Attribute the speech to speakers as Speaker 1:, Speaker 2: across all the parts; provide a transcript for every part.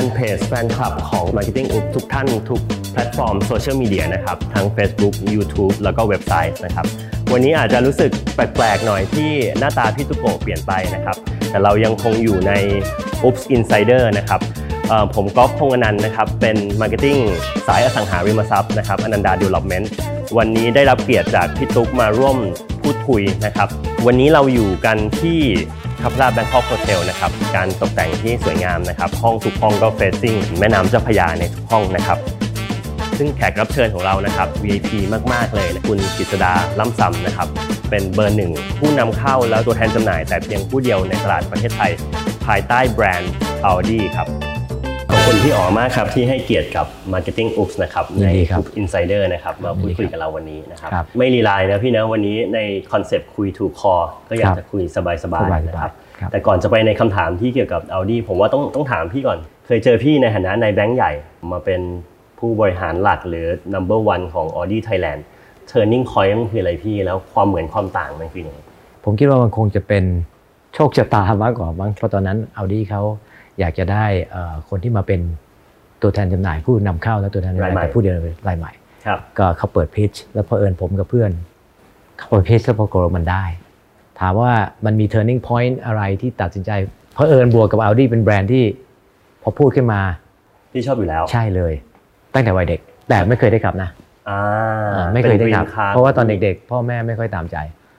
Speaker 1: นคลับของ Marketing Up ทุกท่านทุกแพลตฟอร์มโซเชียลมีเดียนะครับ ทั้ง Facebook YouTube แล้วก็เว็บไซต์นะครับ วันนี้อาจจะรู้สึกแปลกๆหน่อยที่หน้าตาพี่ตุ๊กโกะเปลี่ยนไปนะครับ แต่เรายังคงอยู่ใน Oops Insider นะครับเอ่อผมก๊อฟพงษ์อนันต์นะครับ เป็น Marketing สายอสังหาริมทรัพย์นะครับอนันดา Development วันนี้ได้รับเกียรติจากพี่ตุ๊กมาร่วมพูดคุยนะครับ วันนี้เราอยู่กันที่คับลาแบงคอกโฮเทลนะครับ การตกแต่งที่สวยงามนะครับ ห้องทุกห้องก็เฟซซิ่งแม่น้ำเจ้าพระยาในทุกห้องนะครับ ซึ่งแขกรับเชิญของเรานะครับ VIP มาก ๆ เลยนะคุณกิตดาล่ำซำนะครับ เป็นเบอร์หนึ่ง ผู้นำเข้าแล้วตัวแทนจำหน่าย แต่เพียงผู้เดียวในตลาดประเทศไทย ภายใต้แบรนด์ Audi ครับ ขอบคุณพี่อ๋อมากครับ ที่ให้เกียรติกับ Marketing Oops นะครับ
Speaker 2: ยิ
Speaker 1: ใน
Speaker 2: นดีครับ
Speaker 1: Oops Insider นะครับ มาพูดคุย
Speaker 2: ยินดีครับ
Speaker 1: กับเราวันนี้นะครับ
Speaker 2: ครับ
Speaker 1: ไม่รีไลน์นะพี่นะ วันนี้ในคอนเซปต์คุยถูกคอ ก็อยาก
Speaker 2: ครับ
Speaker 1: จะคุยสบายๆนะครับ
Speaker 2: ครับ
Speaker 1: แต่ก่อนจะไปในคำถามที่เกี่ยวกับ Audi ผมว่าต้องต้องถามพี่ก่อน เคยเจอพี่ในฐานะนายแบงค์ใหญ่มาเป็นผู้บริหารหลักหรือ number one ของ Audi Thailand turning point มันคืออะไรพี่แล้วความเหมือนความต่างมันคือยังไง
Speaker 2: ผมคิดว่ามันคงจะเป็นโชคชะตามากกว่ามั้งเพราะตอนนั้นเอาดีเขาอยากจะได้เอ่อคนที่มาเป็นตัวแทนจำหน่ายผู้นำเข้าและตัวแทนจำห
Speaker 1: ราย
Speaker 2: น่า
Speaker 1: ใหม่
Speaker 2: ยแต่ผู้เดียวรายใหม่
Speaker 1: ครับ
Speaker 2: ก็เขาเปิดพิชแล้วพอเผอิญผมกับเพื่อน เขาเปิดพิชแล้วพอกฏว่ามันได้ ถามว่ามันมี turning point อะไรที่ตัดสินใจเพอเอิญบวกกับ Audi เป็นแบรนด์ที่พอพูดขึ้นมา
Speaker 1: พี่ชอบอยู่แล้ว
Speaker 2: ใช่เลย ตั้งแต่วัยเด็ก แต่ไม่เคยได้ขับนะ
Speaker 1: อ่า
Speaker 2: อ่าไม่เคยได้
Speaker 1: ป็น
Speaker 2: ขับ
Speaker 1: green car
Speaker 2: เพราะว่าตอนเด็กๆ พ่อแม่ไม่ค่อยตามใจ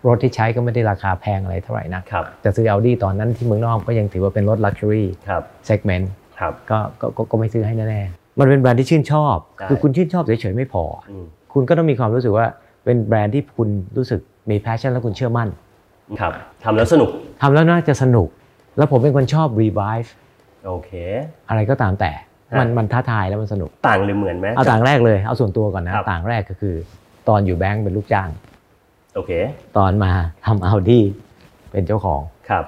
Speaker 2: รถที่ใช้ก็ไม่ได้ราคาแพงอะไรเท่าไหร่นะครับจะซื้อ Audi ตอนนั้นที่เมืองนอกก็ยังถือว่าเป็นรถ Luxury
Speaker 1: ครับ
Speaker 2: Segment
Speaker 1: ครับ
Speaker 2: ก็ก็ก็ก็ไม่ซื้อให้แน่ๆ มันเป็นแบรนด์ที่ชื่นชอบ
Speaker 1: ใช่
Speaker 2: คือคุณชื่นชอบเฉยๆ ไม่พอ
Speaker 1: อืม
Speaker 2: คุณก็ต้องมีความรู้สึกว่าเป็นแบรนด์ที่คุณรู้สึกมี passion และคุณเชื่อมั่น
Speaker 1: ครับทำแล้วสนุก
Speaker 2: ทำแล้วน่าจะสนุก แล้วผมเป็นคนชอบ revive
Speaker 1: โอเค
Speaker 2: อะไรก็ตามแต่
Speaker 1: ฮะ
Speaker 2: มันมันท้าทายแล้วมันสนุก
Speaker 1: ต่างหรือเหมือนไหม
Speaker 2: เอาต่างแรกเลยเอาส่วนตัวก่อนนะครับ ต่างแรกก็คือ ตอนอยู่แบงก์เป็นลูกจ้าง
Speaker 1: โอเค
Speaker 2: ตอนมาทำเอาดีเป็นเจ้าของ
Speaker 1: ครับ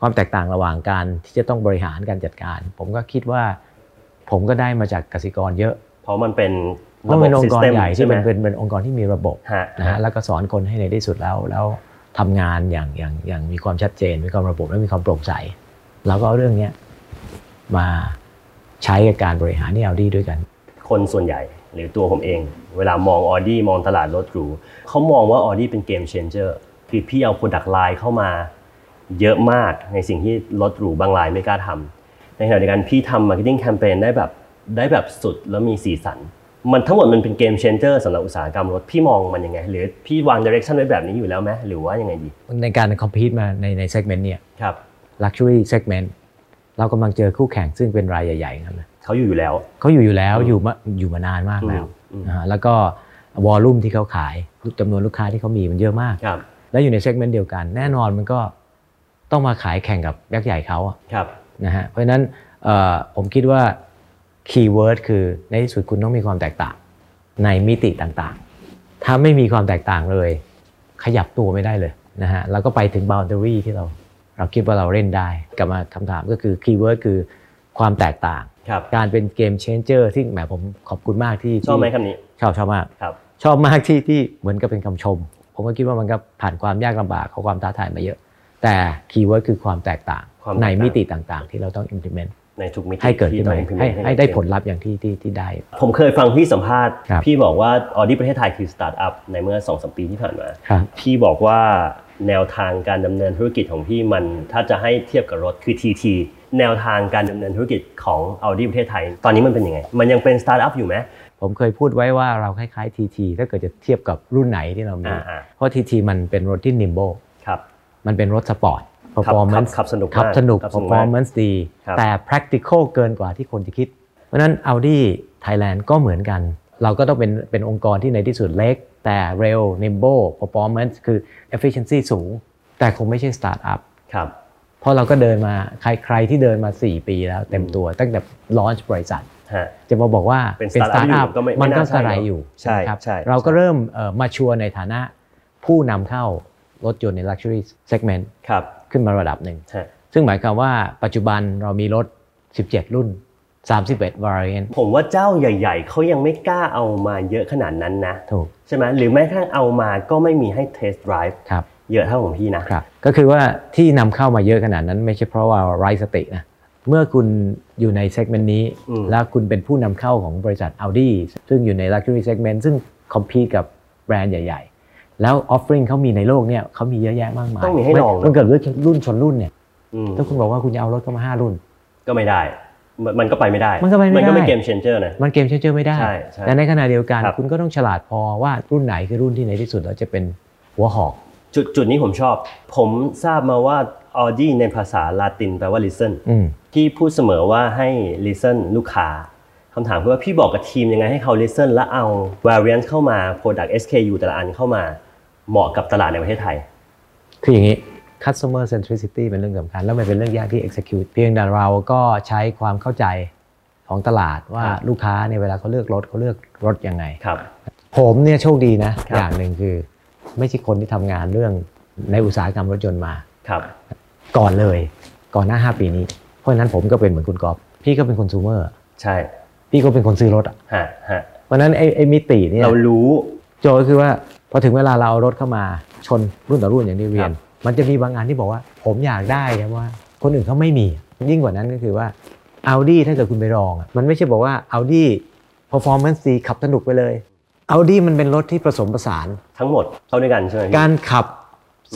Speaker 2: ความแตกต่างระหว่างการที่จะต้องบริหารการจัดการ ผมก็คิดว่า ผมก็ได้มาจากกสิกรเยอะ
Speaker 1: เพราะมันเป็น
Speaker 2: เพราะมันเป็นองค์กรใหญ่ที่มัน
Speaker 1: เป็
Speaker 2: เป็น นเป็นองค์กรที่มีระบบ
Speaker 1: ฮะ
Speaker 2: นะฮะแล้วก็สอนคนให้ในที่สุดแล้วแล้วทำงานอย่างอย่างอย่างมีความชัดเจน มีความระบบและมีความโปร่งใสเราก็เอาเรื่องเนี้ยมาใช้กับการบริหารที่เอาดีด้วยกัน
Speaker 1: คนส่วนใหญ่หรือตัวผมเอง เวลามองออดี้มองตลาดรถหรูเขามองว่าออดี้เป็นเกมเชนเจอร์คือพี่เอาโปรดักต์ไลน์เข้ามาเยอะมากในสิ่งที่รถหรูบางไลน์ไม่กล้าทำในขณะเดียวกันพี่ทำมาร์เก็ตติ้งแคมเปญได้แบบได้แบบสุดแล้วมีสีสัน มันทั้งหมดมันเป็นเกมเชนเจอร์สำหรับอุตสาหกรรมรถพี่มองมันยังไง หรือพี่วางดิเรกชันไว้แบบนี้อยู่แล้วไหมหรือว่ายังไงดี
Speaker 2: ในการคอมพีตมาในในเซกเมนต์เนี่ย
Speaker 1: ครับ
Speaker 2: luxury segment เรากำลังเจอคู่แข่งซึ่งเป็นรายใหญ่ๆทั้งนั้นเลย
Speaker 1: เขาอยู่อยู่แล้ว
Speaker 2: เขาอยู่อยู่แล้ว
Speaker 1: อืม
Speaker 2: อยู่มาอยู่มานานมากแล้ว
Speaker 1: อืม
Speaker 2: นะฮะแล้วก็วอลลุ่มที่เขาขายจำนวนลูกค้าที่เขามีมันเยอะมาก
Speaker 1: ครับ
Speaker 2: และอยู่ในเซกเมนต์เดียวกัน แน่นอนมันก็ต้องมาขายแข่งกับยักษ์ใหญ่เขาอะ
Speaker 1: ครับ
Speaker 2: นะฮะเพราะฉะนั้นเอ่อผมคิดว่าคีย์เวิร์ดคือในที่สุดคุณต้องมีความแตกต่างในมิติต่างๆ ถ้าไม่มีความแตกต่างเลย ขยับตัวไม่ได้เลยนะฮะแล้วก็ไปถึง boundary ที่เราเราคิดว่าเราเล่นได้กลับมาคำถามก็คือคีย์เวิร์ดคือความแตกต่าง
Speaker 1: ครับ
Speaker 2: การเป็นเกมเชนเจอร์ที่แหมผมขอบคุณมากที่
Speaker 1: ชอบไหม
Speaker 2: ที่
Speaker 1: คำนี้
Speaker 2: ชอบชอบมาก
Speaker 1: ครับ
Speaker 2: ชอบมากที่ที่เหมือนกับเป็นคำชม ผมก็คิดว่ามันก็ผ่านความยากลำบากของความท้าทายมาเยอะ แต่คีย์เวิร์ดคือความแตกต่าง
Speaker 1: ความแตก
Speaker 2: ใน
Speaker 1: ต่าง
Speaker 2: มิติต่างๆ ที่เราต้อง implement
Speaker 1: ในทุกมิติ
Speaker 2: ให้เกิดขึ้น
Speaker 1: ที่
Speaker 2: มา
Speaker 1: รา implement
Speaker 2: ให้ให้ได้
Speaker 1: เกิ
Speaker 2: ผลลัพธ์อย่างที่ที่ที่ได้
Speaker 1: ผมเคยฟังพี่สัมภาษณ์
Speaker 2: ครับ
Speaker 1: พี่บอกว่าออดี้ประเทศไทยคือสตาร์ทอัพในเมื่อ2อสปีที่ผ่านมา
Speaker 2: ครับ
Speaker 1: พี่บอกว่าแนวทางการดำเนินธุรกิจของพี่มันถ้าจะให้เทียบกับรถคือ TT แนวทางการดำเนินธุรกิจของ Audi ประเทศไทย ตอนนี้มันเป็นยังไง มันยังเป็นสตาร์ทอัพอยู่ไหม
Speaker 2: ผมเคยพูดไว้ว่าเราคล้ายๆ TT ถ้าเกิดจะเทียบกับรุ่นไหนที่เรามี
Speaker 1: อ่าอ่า
Speaker 2: เพราะ TT มันเป็นรถที่ nimble
Speaker 1: ครับ
Speaker 2: มันเป็นรถสปอร์ต
Speaker 1: ขับขับ
Speaker 2: performance
Speaker 1: ขับสนุก
Speaker 2: ครับ
Speaker 1: มาก
Speaker 2: สนุก
Speaker 1: ขับสนุกมาก
Speaker 2: performance ดี
Speaker 1: ครับ
Speaker 2: แต่ practical เกินกว่าที่คนจะคิด เพราะฉะนั้น Audi Thailand ก็เหมือนกัน เราก็ต้องเป็นเป็นองค์กรที่ในที่สุดเล็ก แต่เร็ว nimble performance คือ efficiency สูง แต่คงไม่ใช่ startup
Speaker 1: ครับ
Speaker 2: เพราะเราก็เดินมาใครใครที่เดินมา 4 ปีแล้วเต็มตัวตั้งแต่ launch บริษัท
Speaker 1: ฮะ
Speaker 2: จะมาบอกว่า
Speaker 1: เป็น startup อยู่ก็ไม่
Speaker 2: มัน
Speaker 1: ไม่
Speaker 2: ก็
Speaker 1: น่าใช่
Speaker 2: สไลด์อยู่
Speaker 1: ใช่
Speaker 2: นะครั
Speaker 1: ใช่ใช่
Speaker 2: เราก็เริ่มมาชัวในฐานะผู้นำเข้ารถยนต์ใน luxury segment
Speaker 1: ครับ
Speaker 2: ขึ้นมาระดับหนึ่ง
Speaker 1: ฮะ
Speaker 2: ซึ่งหมายความว่าปัจจุบันเรามีรถ 17 รุ่น 31 variant
Speaker 1: ผมว่าเจ้าใหญ่ ๆเขายังไม่กล้าเอามาเยอะขนาดนั้นนะ
Speaker 2: ถูก
Speaker 1: ใช่ไหมหรือแม้กระทั่งเอามาก็ไม่มีให้เทสต์ไดรฟ์
Speaker 2: ครับ
Speaker 1: เยอะเท่าของพี่นะ
Speaker 2: ครับ ก็คือว่าที่นำเข้ามาเยอะขนาดนั้นไม่ใช่เพราะว่าไร้สตินะ เมื่อคุณอยู่ในเซกเมนต์นี้
Speaker 1: อืม
Speaker 2: แล้วคุณเป็นผู้นำเข้าของบริษัท Audi ซึ่งอยู่ใน Luxury Segment ซึ่งคอมพีกับแบรนด์ใหญ่ ๆ แล้วออฟฟิ n g เขามีในโลกเนี่ยเขามีเยอะแยะมากมาย
Speaker 1: ต้องมีให้ลองนะ
Speaker 2: มันเกิดเรื่องรุ่นชนรุ่นเนี่ย
Speaker 1: อืม
Speaker 2: ถ้าคุณบอกว่าคุณจะเอารถเข้ามาห้ารุ่น
Speaker 1: ก็ไม่ได้ มันมันก็ไปไม่ได้
Speaker 2: มันก็ไปไม่ได้
Speaker 1: มันก็ไม่เกมเชนเจอร์นะ
Speaker 2: มันเกมเชนเจอร์ไม่ได้
Speaker 1: ใช่ใช่
Speaker 2: และในขณะเดียวกัน
Speaker 1: ครับ
Speaker 2: คุณก็ต้องฉลาดพอว่ารุ่นไหนคือรุ่นที่ในที่สุดแล้วจะเป็นหัวหอก
Speaker 1: จุดจุดนี้ผมชอบ ผมทราบมาว่า Audi ในภาษาลาตินแปลว่า listen
Speaker 2: อืม
Speaker 1: พี่พูดเสมอว่าให้ listen ลูกค้าคำถามคือว่าพี่บอกกับทีมยังไงให้เขา listen และเอา variant เข้ามา product SKU แต่ละอันเข้ามาเหมาะกับตลาดในประเทศไทย
Speaker 2: คืออย่างนี้ customer centricity เป็นเรื่องสำคัญ แล้วมันเป็นเรื่องยากที่ execute เพียงแต่เราก็ใช้ความเข้าใจของตลาดว่า
Speaker 1: ครับ
Speaker 2: ลูกค้าเนี่ยเวลาเขาเลือกรถเขาเลือกรถยังไง
Speaker 1: ครับ
Speaker 2: ผมเนี่ยโชคดีนะ
Speaker 1: ครับ
Speaker 2: อย่างหนึ่งคือ ไม่ใช่คนที่ทำงานเรื่องในอุตสาหกรรมรถยนต์มา
Speaker 1: ครับ
Speaker 2: ก่อนเลย ก่อนหน้า 5 ปีนี้ เพราะฉะนั้นผมก็เป็นเหมือนคุณกอล์ฟพี่ก็เป็นคน sumer
Speaker 1: ใช่
Speaker 2: พี่ก็เป็นคนซื้อรถอะ
Speaker 1: ฮะฮะ
Speaker 2: เพราะฉะนั้นไอ้ไอ้มิติเนี่ย
Speaker 1: เรารู้
Speaker 2: โจทย์ก็คือว่าพอถึงเวลาเราเอารถเข้ามาชนรุ่นต่อรุ่นอย่างที่เรียน
Speaker 1: ครับ
Speaker 2: มันจะมีบางอันที่บอกว่าผมอยากได้ครับว่า คนอื่นเขาไม่มี ยิ่งกว่านั้นก็คือว่า Audi ถ้าเกิดคุณไปลองอะมันไม่ใช่บอกว่า Audi performance ดีขับสนุกไปเลย Audi มันเป็นรถที่ผสมผสาน
Speaker 1: ทั้งหมดเข้าด้วยกันใช่ไหมพี่
Speaker 2: การขับ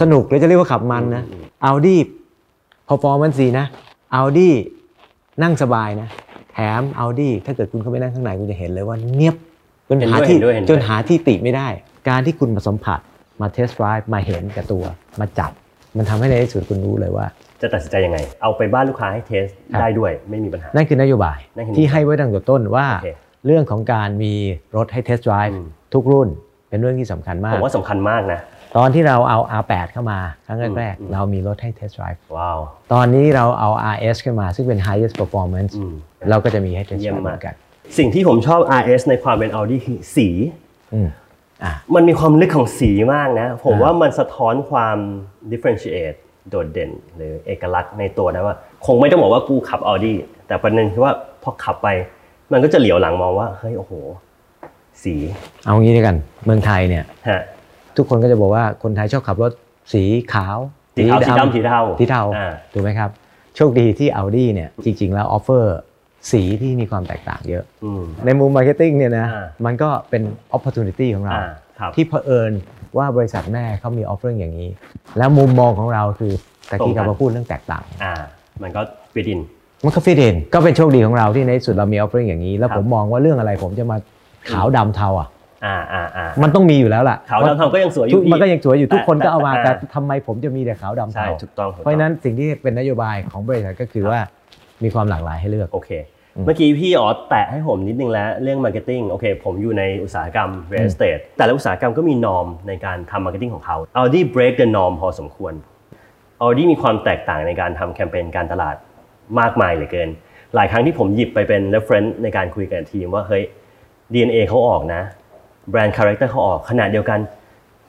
Speaker 2: สนุกหรือจะเรียกว่าขับมันนะ Audi performance ดีนะ Audi นั่งสบายนะ แถม Audi ถ้าเกิดคุณเข้าไปนั่งข้างในคุณจะเห็นเลยว่าเนียบจนหาที่
Speaker 1: เห็นด้วยเห็นด้วย
Speaker 2: จนหาที่ติไม่ได้ การที่คุณมาสัมผัสมาเทส t d ด i v e มาเห็นกับตัว มาจับ มันทำให้ในที่สุดคุณรู้เลยว่า
Speaker 1: จะตัดสินใจยังไง เอาไปบ้านลูกค้าให้เทส
Speaker 2: ครับ
Speaker 1: ได้ด้วยไม่มีปัญหา
Speaker 2: นั่นคือนโยบาย
Speaker 1: นั่นคือนโยบาย
Speaker 2: ที่ให้ไว้ตั้งแต่ต้นว่า
Speaker 1: โอเค
Speaker 2: เรื่องของการมีรถให้เทส t d ด i v e
Speaker 1: อืม
Speaker 2: ทุกรุ่นเป็นเรื่องที่สำคัญมา
Speaker 1: ผ
Speaker 2: ก
Speaker 1: มว่าสำคัญมากนะ
Speaker 2: ตอนที่เราเอา R8 เข้ามาครั้งแรก
Speaker 1: อืม
Speaker 2: ๆเรามีรถให้เทส t d ด i v e
Speaker 1: ว้าว
Speaker 2: ตอนนี้เราเอา RS ขึ้นมาซึ่งเป็น highest performance
Speaker 1: อืม
Speaker 2: เราก็จะมีให้เทส
Speaker 1: เยี่ยมมาก
Speaker 2: ต์เหมือนกัน
Speaker 1: สิ่งที่ผมชอบ RS ในความเป็น Audi คือสี
Speaker 2: อืมอ่ะ
Speaker 1: มันมีความลึกของสีมากนะ ผม
Speaker 2: อ่า
Speaker 1: ว่ามันสะท้อนความ differentiate โดดเด่น หรือเอกลักษณ์ในตัวนะว่า คงไม่ต้องบอกว่ากูขับ Audi แต่ประเด็นคือว่าพอขับไป มันก็จะเหลียวหลังมองว่า เฮ้ย โอ้โห สี
Speaker 2: เอางี้ดีกัน เมืองไทยเนี่ย
Speaker 1: ฮะ
Speaker 2: ทุกคนก็จะบอกว่าคนไทยชอบขับรถสีขาว
Speaker 1: สีเทาสีดำสีเทา
Speaker 2: สีเทา
Speaker 1: อ่า
Speaker 2: ถูกไหมครับ โชคดีที่ Audi เนี่ยจริง ๆ แล้วออฟเฟอร์สีที่มีความแตกต่างเยอะ
Speaker 1: อืม
Speaker 2: ในมุมมาร์เก็ตติ้งเนี่ยนะ
Speaker 1: อ่า
Speaker 2: มันก็เป็น opportunity ของเรา
Speaker 1: อ่าครับ
Speaker 2: ที่เผอิญว่าบริษัทแม่เขามีออฟเฟอร์อย่างนี้ แล้วมุมมองของเราคือตะกี้
Speaker 1: ตรงกัน
Speaker 2: กำลังพูดเรื่องแตกต่าง
Speaker 1: อ่า มันก็ฟิดิน
Speaker 2: มันก็ฟิตเอนก็เป็นโชคดีของเราที่ในที่สุดเรามีออฟเฟอร์อย่างนี้ แล้ว
Speaker 1: ครับ
Speaker 2: ผมมองว่าเรื่องอะไรผมจะมาขาวดำเทาอ่ะ
Speaker 1: อ่าอ่าอ่า
Speaker 2: มันต้องมีอยู่แล้วล่ะ
Speaker 1: ขาวดำเทาก็ยังสวยอ
Speaker 2: ทุก
Speaker 1: ยู่พี่
Speaker 2: มันก็ยังสวยอยู่
Speaker 1: แต่
Speaker 2: ทุกคนก็เอามา
Speaker 1: แต่
Speaker 2: แต่ทำไมผมจะมีแต่ขาวดำ
Speaker 1: ใช่
Speaker 2: เทา
Speaker 1: ถูกต้องถูกต้อง
Speaker 2: เพราะฉะนั้นสิ่งที่เป็นนโยบายของบริษัทก็คือว่ามีความหลากหลายให้เลือก
Speaker 1: โอเค
Speaker 2: อืม
Speaker 1: เมื่อกี้พี่อ๋อแตะให้ผมนิดนึงแล้วเรื่องมาร์เก็ตติ้งโอเค ผมอยู่ในอุตสาหกรรม real estate แต่ละอุตสาหกรรมก็มีนอมในการทำมาร์เก็ตติ้งของเขา Audi break the norm พอสมควร Audi มีความแตกต่างในการทำแคมเปญการตลาดมากมายเหลือเกิน หลายครั้งที่ผมหยิบไปเป็น reference ในการคุยกับทีมว่าเฮ้ย DNA เขาออกนะ แบรนด์คาแรคเตอร์เขาออกขนาดเดียวกัน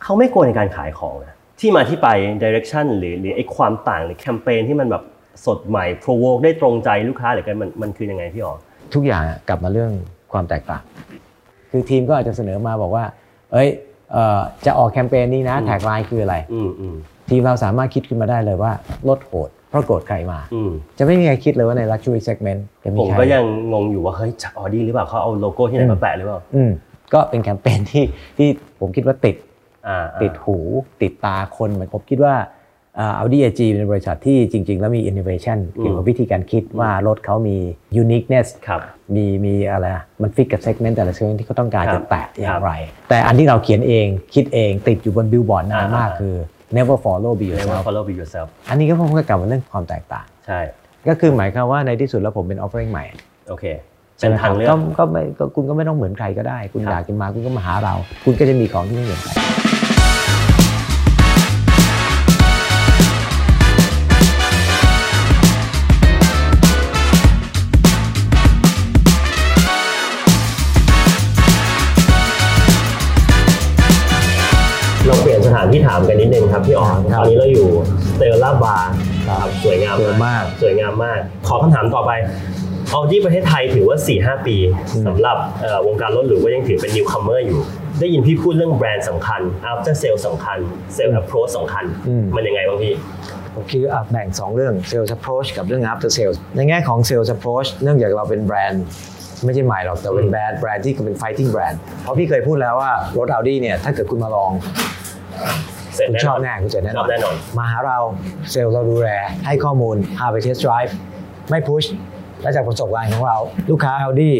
Speaker 1: เขาไม่กลัวในการขายของนะที่มาที่ไป direction หรือหรือไอ้ความต่างหรือแคมเปญที่มันแบบสดใหม่ provoke ได้ตรงใจลูกค้าเหรือเกินมันมันคือยังไงพี่อ๋อ
Speaker 2: ทุกอย่างอะกลับมาเรื่องความแตกต่าง คือทีมก็อาจจะเสนอมาบอกว่า เอ้ยเอ่อจะออกแคมเปญนี้นะ
Speaker 1: อืม
Speaker 2: แท็กไลน์คืออะไร
Speaker 1: อืมอืม
Speaker 2: ทีมเราสามารถคิดขึ้นมาได้เลยว่าลดโหดเพราะโกรธใครมา
Speaker 1: อืม
Speaker 2: จะไม่มีใครคิดเลยว่าใน luxury segment จะมี
Speaker 1: ผม
Speaker 2: ใคร
Speaker 1: ก็ยังงงอยู่ว่าเฮ้ยจากออดี้หรือเปล่าเขาเอาโลโก้ที่ไหนมาแปะหรือเปล่า
Speaker 2: อืมก็เป็นแคมเปญ ที่ที่ผมคิดว่าติด
Speaker 1: อ่าอ่า
Speaker 2: ติดหูติดตาคนเหมือนผมคิดว่าเอาดีเอจีเป็นบริษัทที่จริง ๆ แล้วมี innovation เกี่ยวกับวิธีการคิดว่ารถเขามี uniqueness
Speaker 1: ครับ
Speaker 2: มีมีอะไรอะมันฟิกกับ segment แต่ละ segment ที่เขาต้องการ
Speaker 1: ครั
Speaker 2: จะ
Speaker 1: บ
Speaker 2: แตะอย่า
Speaker 1: ครับ
Speaker 2: งไร แต่อันที่เราเขียนเองคิดเองติดอยู่บนบิลบอร์ดนานมาก
Speaker 1: อ่า
Speaker 2: คือ never follow be
Speaker 1: เรียกว่า
Speaker 2: yourself
Speaker 1: follow be yourself
Speaker 2: อันนี้ก็ผมก็กลับมาเรื่องความแตกต่าง
Speaker 1: ใช่
Speaker 2: ก็คือหมายความว่าในที่สุดแล้วผมเป็น offering ใหม่
Speaker 1: โอเค
Speaker 2: ใช่
Speaker 1: เป็น
Speaker 2: ไหมค
Speaker 1: ทา
Speaker 2: รับ
Speaker 1: งเลือก
Speaker 2: ก็ก็ไม่ก็คุณก็ไม่ต้องเหมือนใครก็ได้ คุณ
Speaker 1: ครับ
Speaker 2: อยากจะมาคุณก็มาหาเรา คุณก็จะมีของที่ไม่เหมือนใคร
Speaker 1: เราเปลี่ยนสถานที่ถามกันนิดนึงครับพี่อ๋อตอนนี้เราอยู่สเตลล่าบาร์ครับสวยงาม
Speaker 2: เยอะ
Speaker 1: มาก
Speaker 2: มาก
Speaker 1: สวยงามมาก ขอคำถามต่อไป เอาที่ประเทศไทยถือว่า 4-5 ปี
Speaker 2: อืม
Speaker 1: สำหรับเอ่อวงการรถหรูก็ยังถือเป็นนิวคัมเมอร์อยู่ ได้ยินพี่พูดเรื่องแบรนด์สำคัญ after sale สำคัญ sale approach สำคัญ
Speaker 2: อืม
Speaker 1: มันยังไงบ้างพี่
Speaker 2: ผมคิดว่าอ่ะแบ่ง 2 เรื่อง Sales Approach กับเรื่อง After Sales ในแง่ของ Sales Approach เนื่องจากเราเป็นแบรนด์ ไม่ใช่ใหม่หรอกแต่เป็นแบรนด์แบรนด์ที่เป็น fighting brand เพราะพี่เคยพูดแล้วว่ารถ Audi เนี่ยถ้าเกิดคุณมาลอง
Speaker 1: เสร็จ
Speaker 2: คุณ
Speaker 1: แน่นอบ น
Speaker 2: ชอแน่คุณเจ๋งแน่น
Speaker 1: ช
Speaker 2: อ
Speaker 1: อน บแน่นอน
Speaker 2: มาหาเราเซลล์เราดูแลให้ข้อมูลพาไปเทสต์ไดรฟ์ไม่พุชและจากประสบการณ์ของเรา ลูกค้า Audi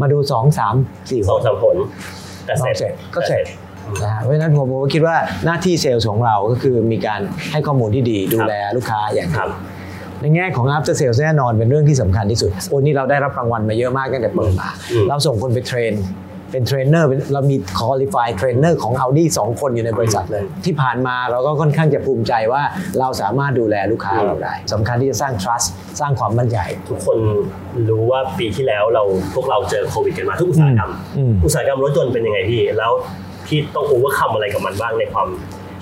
Speaker 2: มาดู 2 3 4
Speaker 1: สองสามผลแต่
Speaker 2: ก็
Speaker 1: เสร็จ
Speaker 2: เสร็จก็เสร็จ
Speaker 1: แต่
Speaker 2: นะฮะเพราะฉะนั้นผมผมคิดว่าหน้าที่เซลล์ของเราก็คือมีการให้ข้อมูลที่ดีดูแลลูกค้าอย่าง
Speaker 1: ครับ
Speaker 2: ในแง่ของ after sales แน่นอนเป็นเรื่องที่สำคัญที่สุดโอ้นี่เราได้รับรางวัลมาเยอะมากตั้งแต่เปิดมา
Speaker 1: อืม
Speaker 2: เราส่งคนไปเทรน เป็นเทรนเนอร์เป็นเรามี qualified เทรนเนอร์ของ Audi สองคนอยู่ในบริษัทเลย ที่ผ่านมาเราก็ค่อนข้างจะภูมิใจว่าเราสามารถดูแลลูกค้าเราได้สำคัญที่จะสร้าง trust สร้างความมั่นใจ
Speaker 1: ทุกคนรู้ว่าปีที่แล้วเราพวกเราเจอโควิดกันมาทุกอุตสาหกรรม
Speaker 2: อืม
Speaker 1: อุตสาหกรรมรถยนต์เป็นยังไงพี่ แล้วพี่ต้องโอเวอร์คัมอะไรกับมันบ้างในความ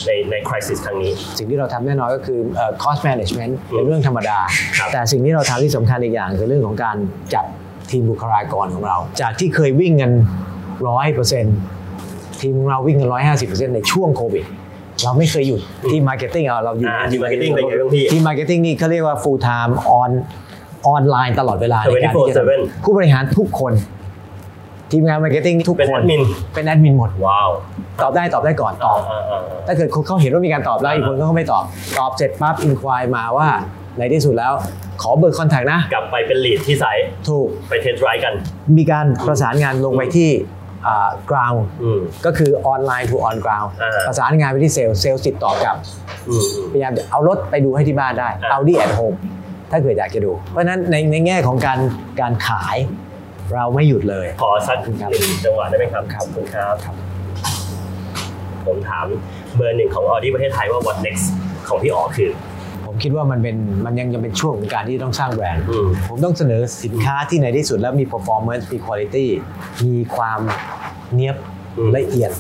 Speaker 1: ในในคริสครั้งนี้
Speaker 2: สิ่งที่เราทำแน่นอนก็คือเอ่อ cost management เป็นเรื่องธรรมดา
Speaker 1: ครับ
Speaker 2: แต่สิ่งที่เราทำที่สำคัญอีกอย่างคือเรื่องของการจัดทีมบุคลากรของเรา จากที่เคยวิ่งกันร้อยเปอร์เซ็นต์ทีมของเราวิ่งกันร้อยห้าสิบเปอร์เซ็นต์ในช่วงโควิด เราไม่เคยหยุดทีมมาร์เก็ตติ้งเราอยู่
Speaker 1: อ่าทีม marketing เป็นไงบ้างพี่
Speaker 2: ทีมมาร์เก็ตติ้งนี่เขาเรียกว่า full time on ออนไลน์ตลอดเวลาในการที่จะ
Speaker 1: 24/7
Speaker 2: ผู้บริหารทุกคน ทีมงานมาร์เก็ตติ้งทุก
Speaker 1: เป็น
Speaker 2: ค
Speaker 1: แอน ดมิน
Speaker 2: เป็นแอดมินหมด
Speaker 1: ว้าว
Speaker 2: ตอบได้ตอบได้ก่อนตอบ
Speaker 1: อ่าอ่าอ่า
Speaker 2: ถ้าเกิดเขาเห็นว่ามีการตอบแล้วอีกคนก็ไม่ตอบ ตอบเสร็จปั๊บอินควายมาว่าในที่สุดแล้ว ขอเบอร์คอนแทคนะ
Speaker 1: กลับไปเป็นลีดที่สาย
Speaker 2: ถูก
Speaker 1: ไปเทสไรกัน
Speaker 2: มีการประสานงานลงไปที่กราว
Speaker 1: อืม
Speaker 2: ก็คือออนไลน์ to on ground
Speaker 1: อ่า
Speaker 2: ประสานงานไปที่เซลล์เซลล์ติดต่อกลับ
Speaker 1: อืมอืม
Speaker 2: พยายามจะเอารถไปดูให้ที่บ้านได้
Speaker 1: อ่า
Speaker 2: Audi at home ถ้าเกิดอยากจะดู เพราะฉะนั้นในในแง่ของการการขายเราไม่หยุดเลย
Speaker 1: ขอสักหนึ่งจังหวะได้ไหมครับ
Speaker 2: ครับ
Speaker 1: ขอคุณครับ ผมถามเบอร์หนึ่งของออดี้ประเทศไทยว่า what next ของพี่อ๋อคือ
Speaker 2: ผมคิดว่ามันเป็นมันยังยังเป็นช่วงของการที่ต้องสร้างแบรนด์
Speaker 1: อืม
Speaker 2: ผมต้องเสนอสินค้าที่ในที่สุดแล้วมี performance มี quality มีความเนียบ
Speaker 1: อืม
Speaker 2: ละเอียด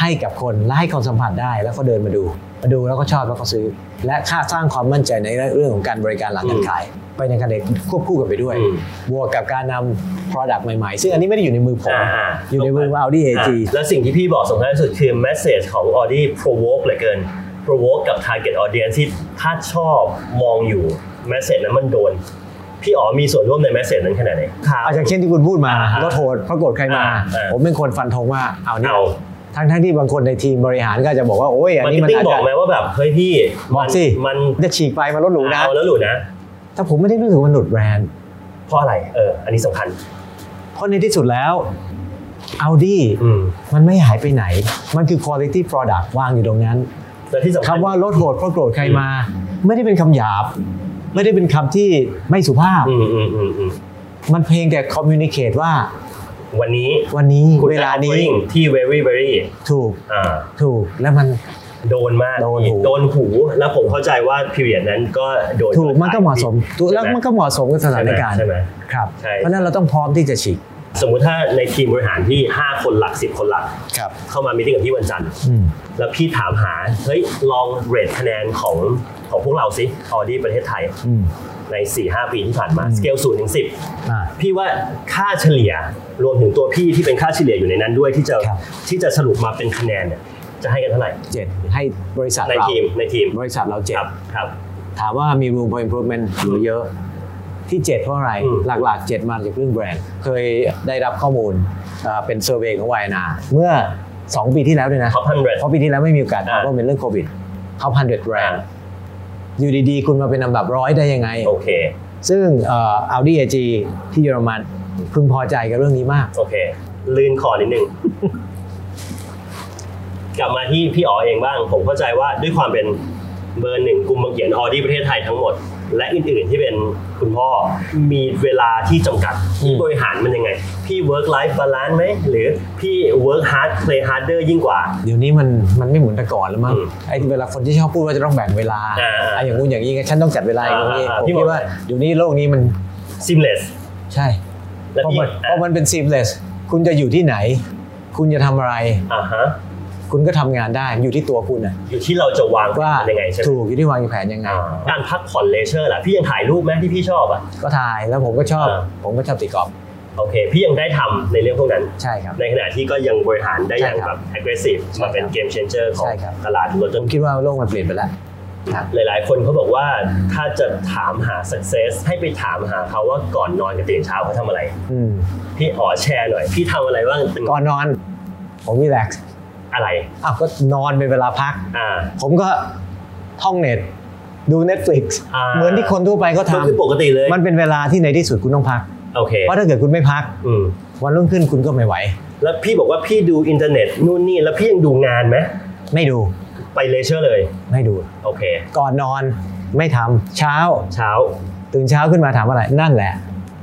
Speaker 2: ให้กับคน และให้คนสัมผัสได้แล้วก็เดินมาดู มาดูแล้วก็ชอบแล้วก็ซื้อ และค่าสร้างความมั่นใจในเรื่องของการบริการหลังการขาย ไปในการเด็กควบคู่กันไปด้วย
Speaker 1: อืม
Speaker 2: บวกกับการนำ product ใหม่ๆ ซึ่งอันนี้ไม่ได้อยู่ในมือผม
Speaker 1: อ่าอ่า
Speaker 2: อยู่ในมือ Audi AG
Speaker 1: อ่ะแล้วสิ่งที่พี่บอกสำคัญที่สุดคือ message ของ Audi provoke เหลือเกิน provoke กับ target audience ที่ถ้าชอบมองอยู่ message นั้นมันโดน พี่อ๋อมีส่วนร่วมใน message นั้นขนาดไหนครับ
Speaker 2: อาจากเช่นที่คุณพูดมา
Speaker 1: อ่าฮะ
Speaker 2: รถโหดเพราะโกรธใครมา
Speaker 1: อ่าอ่า
Speaker 2: ผมเป็นคนฟันธงว่าเอาเนี่ย
Speaker 1: เอา
Speaker 2: ทั้งทั้งๆที่บางคนในทีมบริหารก็อาจจะบอกว่าโอ้ยอัน
Speaker 1: มาร์เก็ต
Speaker 2: นี้มัน
Speaker 1: ติ้ง
Speaker 2: อาจ
Speaker 1: บอ
Speaker 2: จะ
Speaker 1: กไหมว่าแบบเฮ้ยพี่
Speaker 2: บอกสิ
Speaker 1: มัน
Speaker 2: จะฉีกไปมารถหรู
Speaker 1: มัน
Speaker 2: นะ
Speaker 1: เอาแล้วหลุดนะ
Speaker 2: แต่ผมไม่ได้รู้สึกว่ามันหลุดแบรนด์
Speaker 1: เพราะอะไร เออ อันนี้สำคัญ
Speaker 2: เพราะในที่สุดแล้ว Audi
Speaker 1: อืม
Speaker 2: มันไม่หายไปไหน มันคือ quality product วางอยู่ตรงนั้น
Speaker 1: แล้วที่สำคัญ
Speaker 2: คำว่ารถโหดเพราะโกรธใครมา ไม่ได้เป็นคำหยาบ ไม่ได้เป็นคำที่ไม่สุภาพ
Speaker 1: อืมอืมอืมอืม
Speaker 2: มันเพียงแต่ communicate ว่า
Speaker 1: วันนี้
Speaker 2: วันนี้
Speaker 1: คุณ
Speaker 2: เวลา
Speaker 1: จะ
Speaker 2: นี้
Speaker 1: offering ที่ very very
Speaker 2: ถูก
Speaker 1: อ่า
Speaker 2: ถูกแล้วมัน
Speaker 1: โดนมาก
Speaker 2: โดนหู
Speaker 1: โดนหูแล้วผมเข้าใจว่าพีเรียดนั้นก็โดน
Speaker 2: ถูกมันก็เหมาะสมถูก
Speaker 1: ใช่ไ
Speaker 2: แล้วมันก็เหมาะสมกับสถานการณ์
Speaker 1: ใช่ไหม
Speaker 2: ครับ
Speaker 1: ใช่
Speaker 2: เพราะฉะนั้นเราต้องพร้อมที่จะฉีก
Speaker 1: สมมุติถ้าในทีมบริหารที่ 5 คนหลัก 10 คนหลัก
Speaker 2: ครับ
Speaker 1: เข้ามามีติ้งกับพี่วันจันทร์
Speaker 2: อืม
Speaker 1: แล้วพี่ถามหา เฮ้ย ลองเรทคะแนนของของพวกเราสิออดี้ประเทศไทย
Speaker 2: อืม
Speaker 1: ใน 4-5 ปีที่ผ่านมา สเกล0ูนย์ถึงสิ
Speaker 2: อ่า
Speaker 1: พี่ว่าค่าเฉลี่ยรวมถึงตัวพี่ที่เป็นค่าเฉลี่ยอยู่ในนั้นด้วยที่จะ
Speaker 2: ครับ
Speaker 1: ที่จะสรุปมาเป็นคะแนนเนี่ยจะให้กันเท่าไหร่
Speaker 2: เจ็ดให้บริษัท
Speaker 1: ใน
Speaker 2: เรา
Speaker 1: ทีมในทีม
Speaker 2: บริษัทเราเจ็
Speaker 1: ค
Speaker 2: ด
Speaker 1: รับครับ
Speaker 2: ถามว่ามี room for improvement อยู่เยอะที่ 7 เพราะอะไร
Speaker 1: อืม
Speaker 2: หลักๆ 7 มาจากเรื่องแบรนด์ เคยได้รับข้อมูลเอ่อเป็นเซอร์เวยของวายนาเมื่อ 2 ปีที่แล้วด้วยนะ
Speaker 1: Top 100
Speaker 2: เพราะปีที่แล้วไม่มีโอกาส
Speaker 1: อ่า
Speaker 2: เพราะเป็นเรื่องโควิดเขาพันเดแบรนด์
Speaker 1: อ่า
Speaker 2: อยู่ดีๆ คุณมาเป็นลำดับร้อยได้ยังไง
Speaker 1: โอเค
Speaker 2: ซึ่งเอ่อ Audi AG ที่เยอรมันพึงพอใจกับเรื่องนี้มาก
Speaker 1: โอเค ลื่นคอนิดนึง กลับมาที่พี่อ๋อเองบ้าง ผมเข้าใจว่าด้วยความเป็นเบอร์หนึ่งกลุ่มบางเขียนออดี้ประเทศไทยทั้งหมด และอื่นๆที่เป็นคุณพ่อ มีเวลาที่จำกัด
Speaker 2: อืม
Speaker 1: บริหารมันยังไง พี่ work life balance ไหม หรือพี่ work hard play harder ยิ่งกว่า
Speaker 2: เดี๋ยวนี้มันมันไม่เหมือนแต่ก่อนแล้วมั้ง
Speaker 1: อืม
Speaker 2: ไอ้เวลาคนที่ชอบพูดว่าจะต้องแบ่งเวลา
Speaker 1: อ่า
Speaker 2: อ่ะอย่างงู้นอย่างนี้ไงฉันต้องจัดเวลาอย่างนี้
Speaker 1: อ่าอ่า
Speaker 2: ผม
Speaker 1: พี่บ
Speaker 2: คิ
Speaker 1: อก
Speaker 2: ดว่า
Speaker 1: เลย
Speaker 2: เดี๋ยวนี้โลกนี้มัน
Speaker 1: seamless
Speaker 2: ใช่
Speaker 1: และ
Speaker 2: เพราะ
Speaker 1: พี่
Speaker 2: มันเพราะมันเป็น seamless คุณจะอยู่ที่ไหน คุณจะทำอะไร
Speaker 1: อ่าฮะ
Speaker 2: คุณก็ทำงานได้อยู่ที่ตัวคุณนะ
Speaker 1: อยู่ที่เราจะวางแผ
Speaker 2: ว่าน
Speaker 1: ยังไงใช่ไหม
Speaker 2: ถูกอยู่ที่วางแผนยังไง
Speaker 1: อ่าการพักผ่อนเลเชอร์ล่ะพี่ยังถ่ายรูปไหมที่พี่ชอบอ่ะ
Speaker 2: ก็ถ่ายแล้วผมก็ชอบ
Speaker 1: อ่า
Speaker 2: ผมก็ชอบตีกอล์ฟ
Speaker 1: โอเค พี่ยังได้ทำในเรื่องพวกนั้น
Speaker 2: ใช่ครับ
Speaker 1: ในขณะที่ก็ยังบริหารได้อย่าง
Speaker 2: ใช่ค
Speaker 1: แบ
Speaker 2: รับบ
Speaker 1: aggressive
Speaker 2: ใช่ครับ
Speaker 1: มาเป็นเกม changer ขอ
Speaker 2: ใช่
Speaker 1: ง
Speaker 2: ครับ
Speaker 1: ตลาดรถย
Speaker 2: ผ
Speaker 1: น
Speaker 2: ม
Speaker 1: ต์
Speaker 2: คิดว่าโลกมันเปลี่ยนไปแล้วครับ
Speaker 1: หลาย ๆ คนเขาบอกว่าถ้าจะถามหา success ให้ไปถามหาเขาว่าก่อนนอนกับตื่นเช้าเขาทำอะไร
Speaker 2: อืม
Speaker 1: พี่อ๋อแชร์หน่อย พี่ทำอะไรบ้างเป็น
Speaker 2: ก่อนนอน ผมรีแลกซ์
Speaker 1: อะไร
Speaker 2: อ้าวก็นอนเป็นเวลาพัก
Speaker 1: อ่า
Speaker 2: ผมก็ท่องเน็ต ดู Netflix
Speaker 1: อ่า
Speaker 2: เหมือนที่คนทั่วไปก็
Speaker 1: ก็คือ
Speaker 2: ทำ
Speaker 1: ปกติเลย
Speaker 2: มันเป็นเวลาที่ในที่สุดคุณต้องพัก
Speaker 1: โอเค
Speaker 2: เพราะถ้าเกิดคุณไม่พัก
Speaker 1: อืม
Speaker 2: วันรุ่งขึ้นคุณก็ไม่ไหว
Speaker 1: แล้วพี่บอกว่าพี่ดูอินเทอร์เน็ตนู่นนี่แล้วพี่ยังดูงานไหม
Speaker 2: ไม่ดู
Speaker 1: ไปเลเชอร์เลย
Speaker 2: ไม่ดู
Speaker 1: โอเค
Speaker 2: ก่อนนอนไม่ทำเช้า
Speaker 1: เช้า
Speaker 2: ตื่นเช้าขึ้นมาถามอะไรนั่นแหละ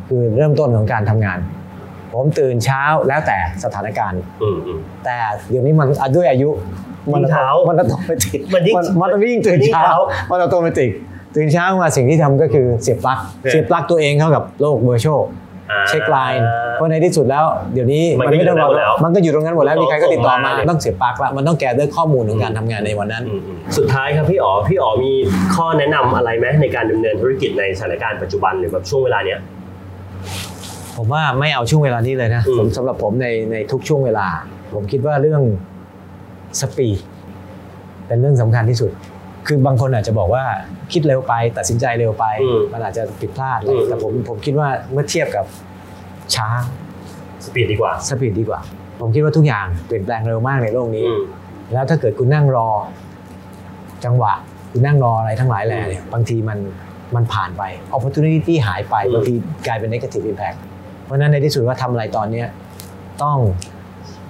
Speaker 2: คือเริ่มต้นของการทำงาน ผมตื่นเช้าแล้วแต่สถานการณ์
Speaker 1: อืมอืม
Speaker 2: แต่เดี๋ยวนี้มันอ่ะด้วยอายุมั
Speaker 1: ยิ่งเช้า
Speaker 2: มันอัตโนมัติ
Speaker 1: มันยิ่ง
Speaker 2: มันต้องยิ่งตื่น
Speaker 1: ยิ่ง
Speaker 2: เช้า
Speaker 1: เช้า
Speaker 2: มันอัตโนมัติตื่นเช้ามาสิ่งที่ทำก็คือเสียบปลั๊ก
Speaker 1: เออ
Speaker 2: เสียบปลั๊กตัวเองเข้ากับโลกเวอร์ชวล
Speaker 1: อ่า
Speaker 2: เช็คไลน์เพราะในที่สุดแล้ว เดี๋ยวนี้
Speaker 1: มันก็อยู่
Speaker 2: ต้อง
Speaker 1: ตรงนั้นหมดแล้ว
Speaker 2: มันก็อยู่ตรงนั้นหมดแล้วมีใครก็ติดต่อมา
Speaker 1: ส่งมา
Speaker 2: ต้องเสียบปลั๊กละมันต้องแกเดอข้อมูลของการทำงานในวันนั้น
Speaker 1: อืมอืมสุดท้ายครับพี่อ๋อพี่อ๋อมีข้อแนะนำอะไรไหมในการดำเนินธุรกิจในสถานการณ์ปัจจุบันหรือแบบช่วงเวลาเนี้ย
Speaker 2: ผมว่าไม่เอาช่วงเวลานี้เลยนะ
Speaker 1: อืม
Speaker 2: ผมสำหรับผมในในทุกช่วงเวลา ผมคิดว่าเรื่องสปีดเป็นเรื่องสำคัญที่สุด คือบางคนอาจจะบอกว่าคิดเร็วไป ตัดสินใจเร็วไป
Speaker 1: อืม
Speaker 2: มันอาจจะผิดพลาดอะไร
Speaker 1: อืม
Speaker 2: แต่ผมผมคิดว่าเมื่อเทียบกับช้า
Speaker 1: สปีดดีกว่า
Speaker 2: สปีดดีกว่า ผมคิดว่าทุกอย่างเปลี่ยนแปลงเร็วมากในโลกนี้
Speaker 1: อืม
Speaker 2: แล้วถ้าเกิดคุณนั่งรอ จังหวะคุณนั่งรออะไรทั้งหลายแหล่เนี่ยบางทีมันมันผ่านไป opportunity หายไป
Speaker 1: อืม
Speaker 2: บางทีกลายเป็น negative impact เพราะฉะนั้นในที่สุดว่าทำอะไรตอนเนี้ยต้อง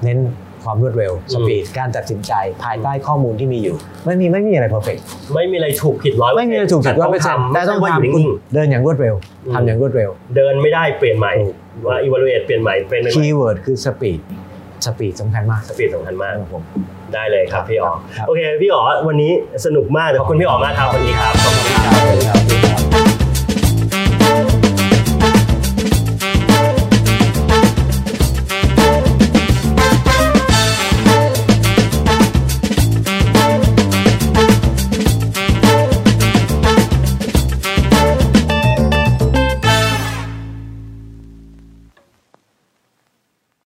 Speaker 2: เน้นความรวดเร็วสปีดการตัดสินใจภายใต้ข้อมูลที่มีอยู่ไม่มีไม่มีอะไร perfect
Speaker 1: ไม่มีอะไรถูกผิดร้อย
Speaker 2: ไม่มีอะไรถูกผิดว่าไม่ใช่แต่
Speaker 1: แต่
Speaker 2: ต้
Speaker 1: ต้อ
Speaker 2: อ
Speaker 1: ง ง
Speaker 2: ท
Speaker 1: ทำไม่ใช่ว่าอยู่
Speaker 2: ำคุณ
Speaker 1: นิ่ง
Speaker 2: เดินอย่างรวดเร็ว
Speaker 1: อืม
Speaker 2: ทำอย่างรวดเร็ว
Speaker 1: ๆเดินไม่ได้เปลี่ยนใหม่
Speaker 2: ถูก
Speaker 1: ว่า evaluate เปลี่ยนใหม่เป็นใหม่
Speaker 2: keyword คือสปีดสปีดสำคัญมาก
Speaker 1: สปีดสำคัญมาก
Speaker 2: ครับผม
Speaker 1: ได้เลยครับพี่อ๋อ
Speaker 2: ครับ
Speaker 1: โอเคพี่อ๋อวันนี้สนุกมากเดี๋ยวขอบคุณพี่อ๋อมากครับวันนี้ครับ
Speaker 2: ขอบคุณครับ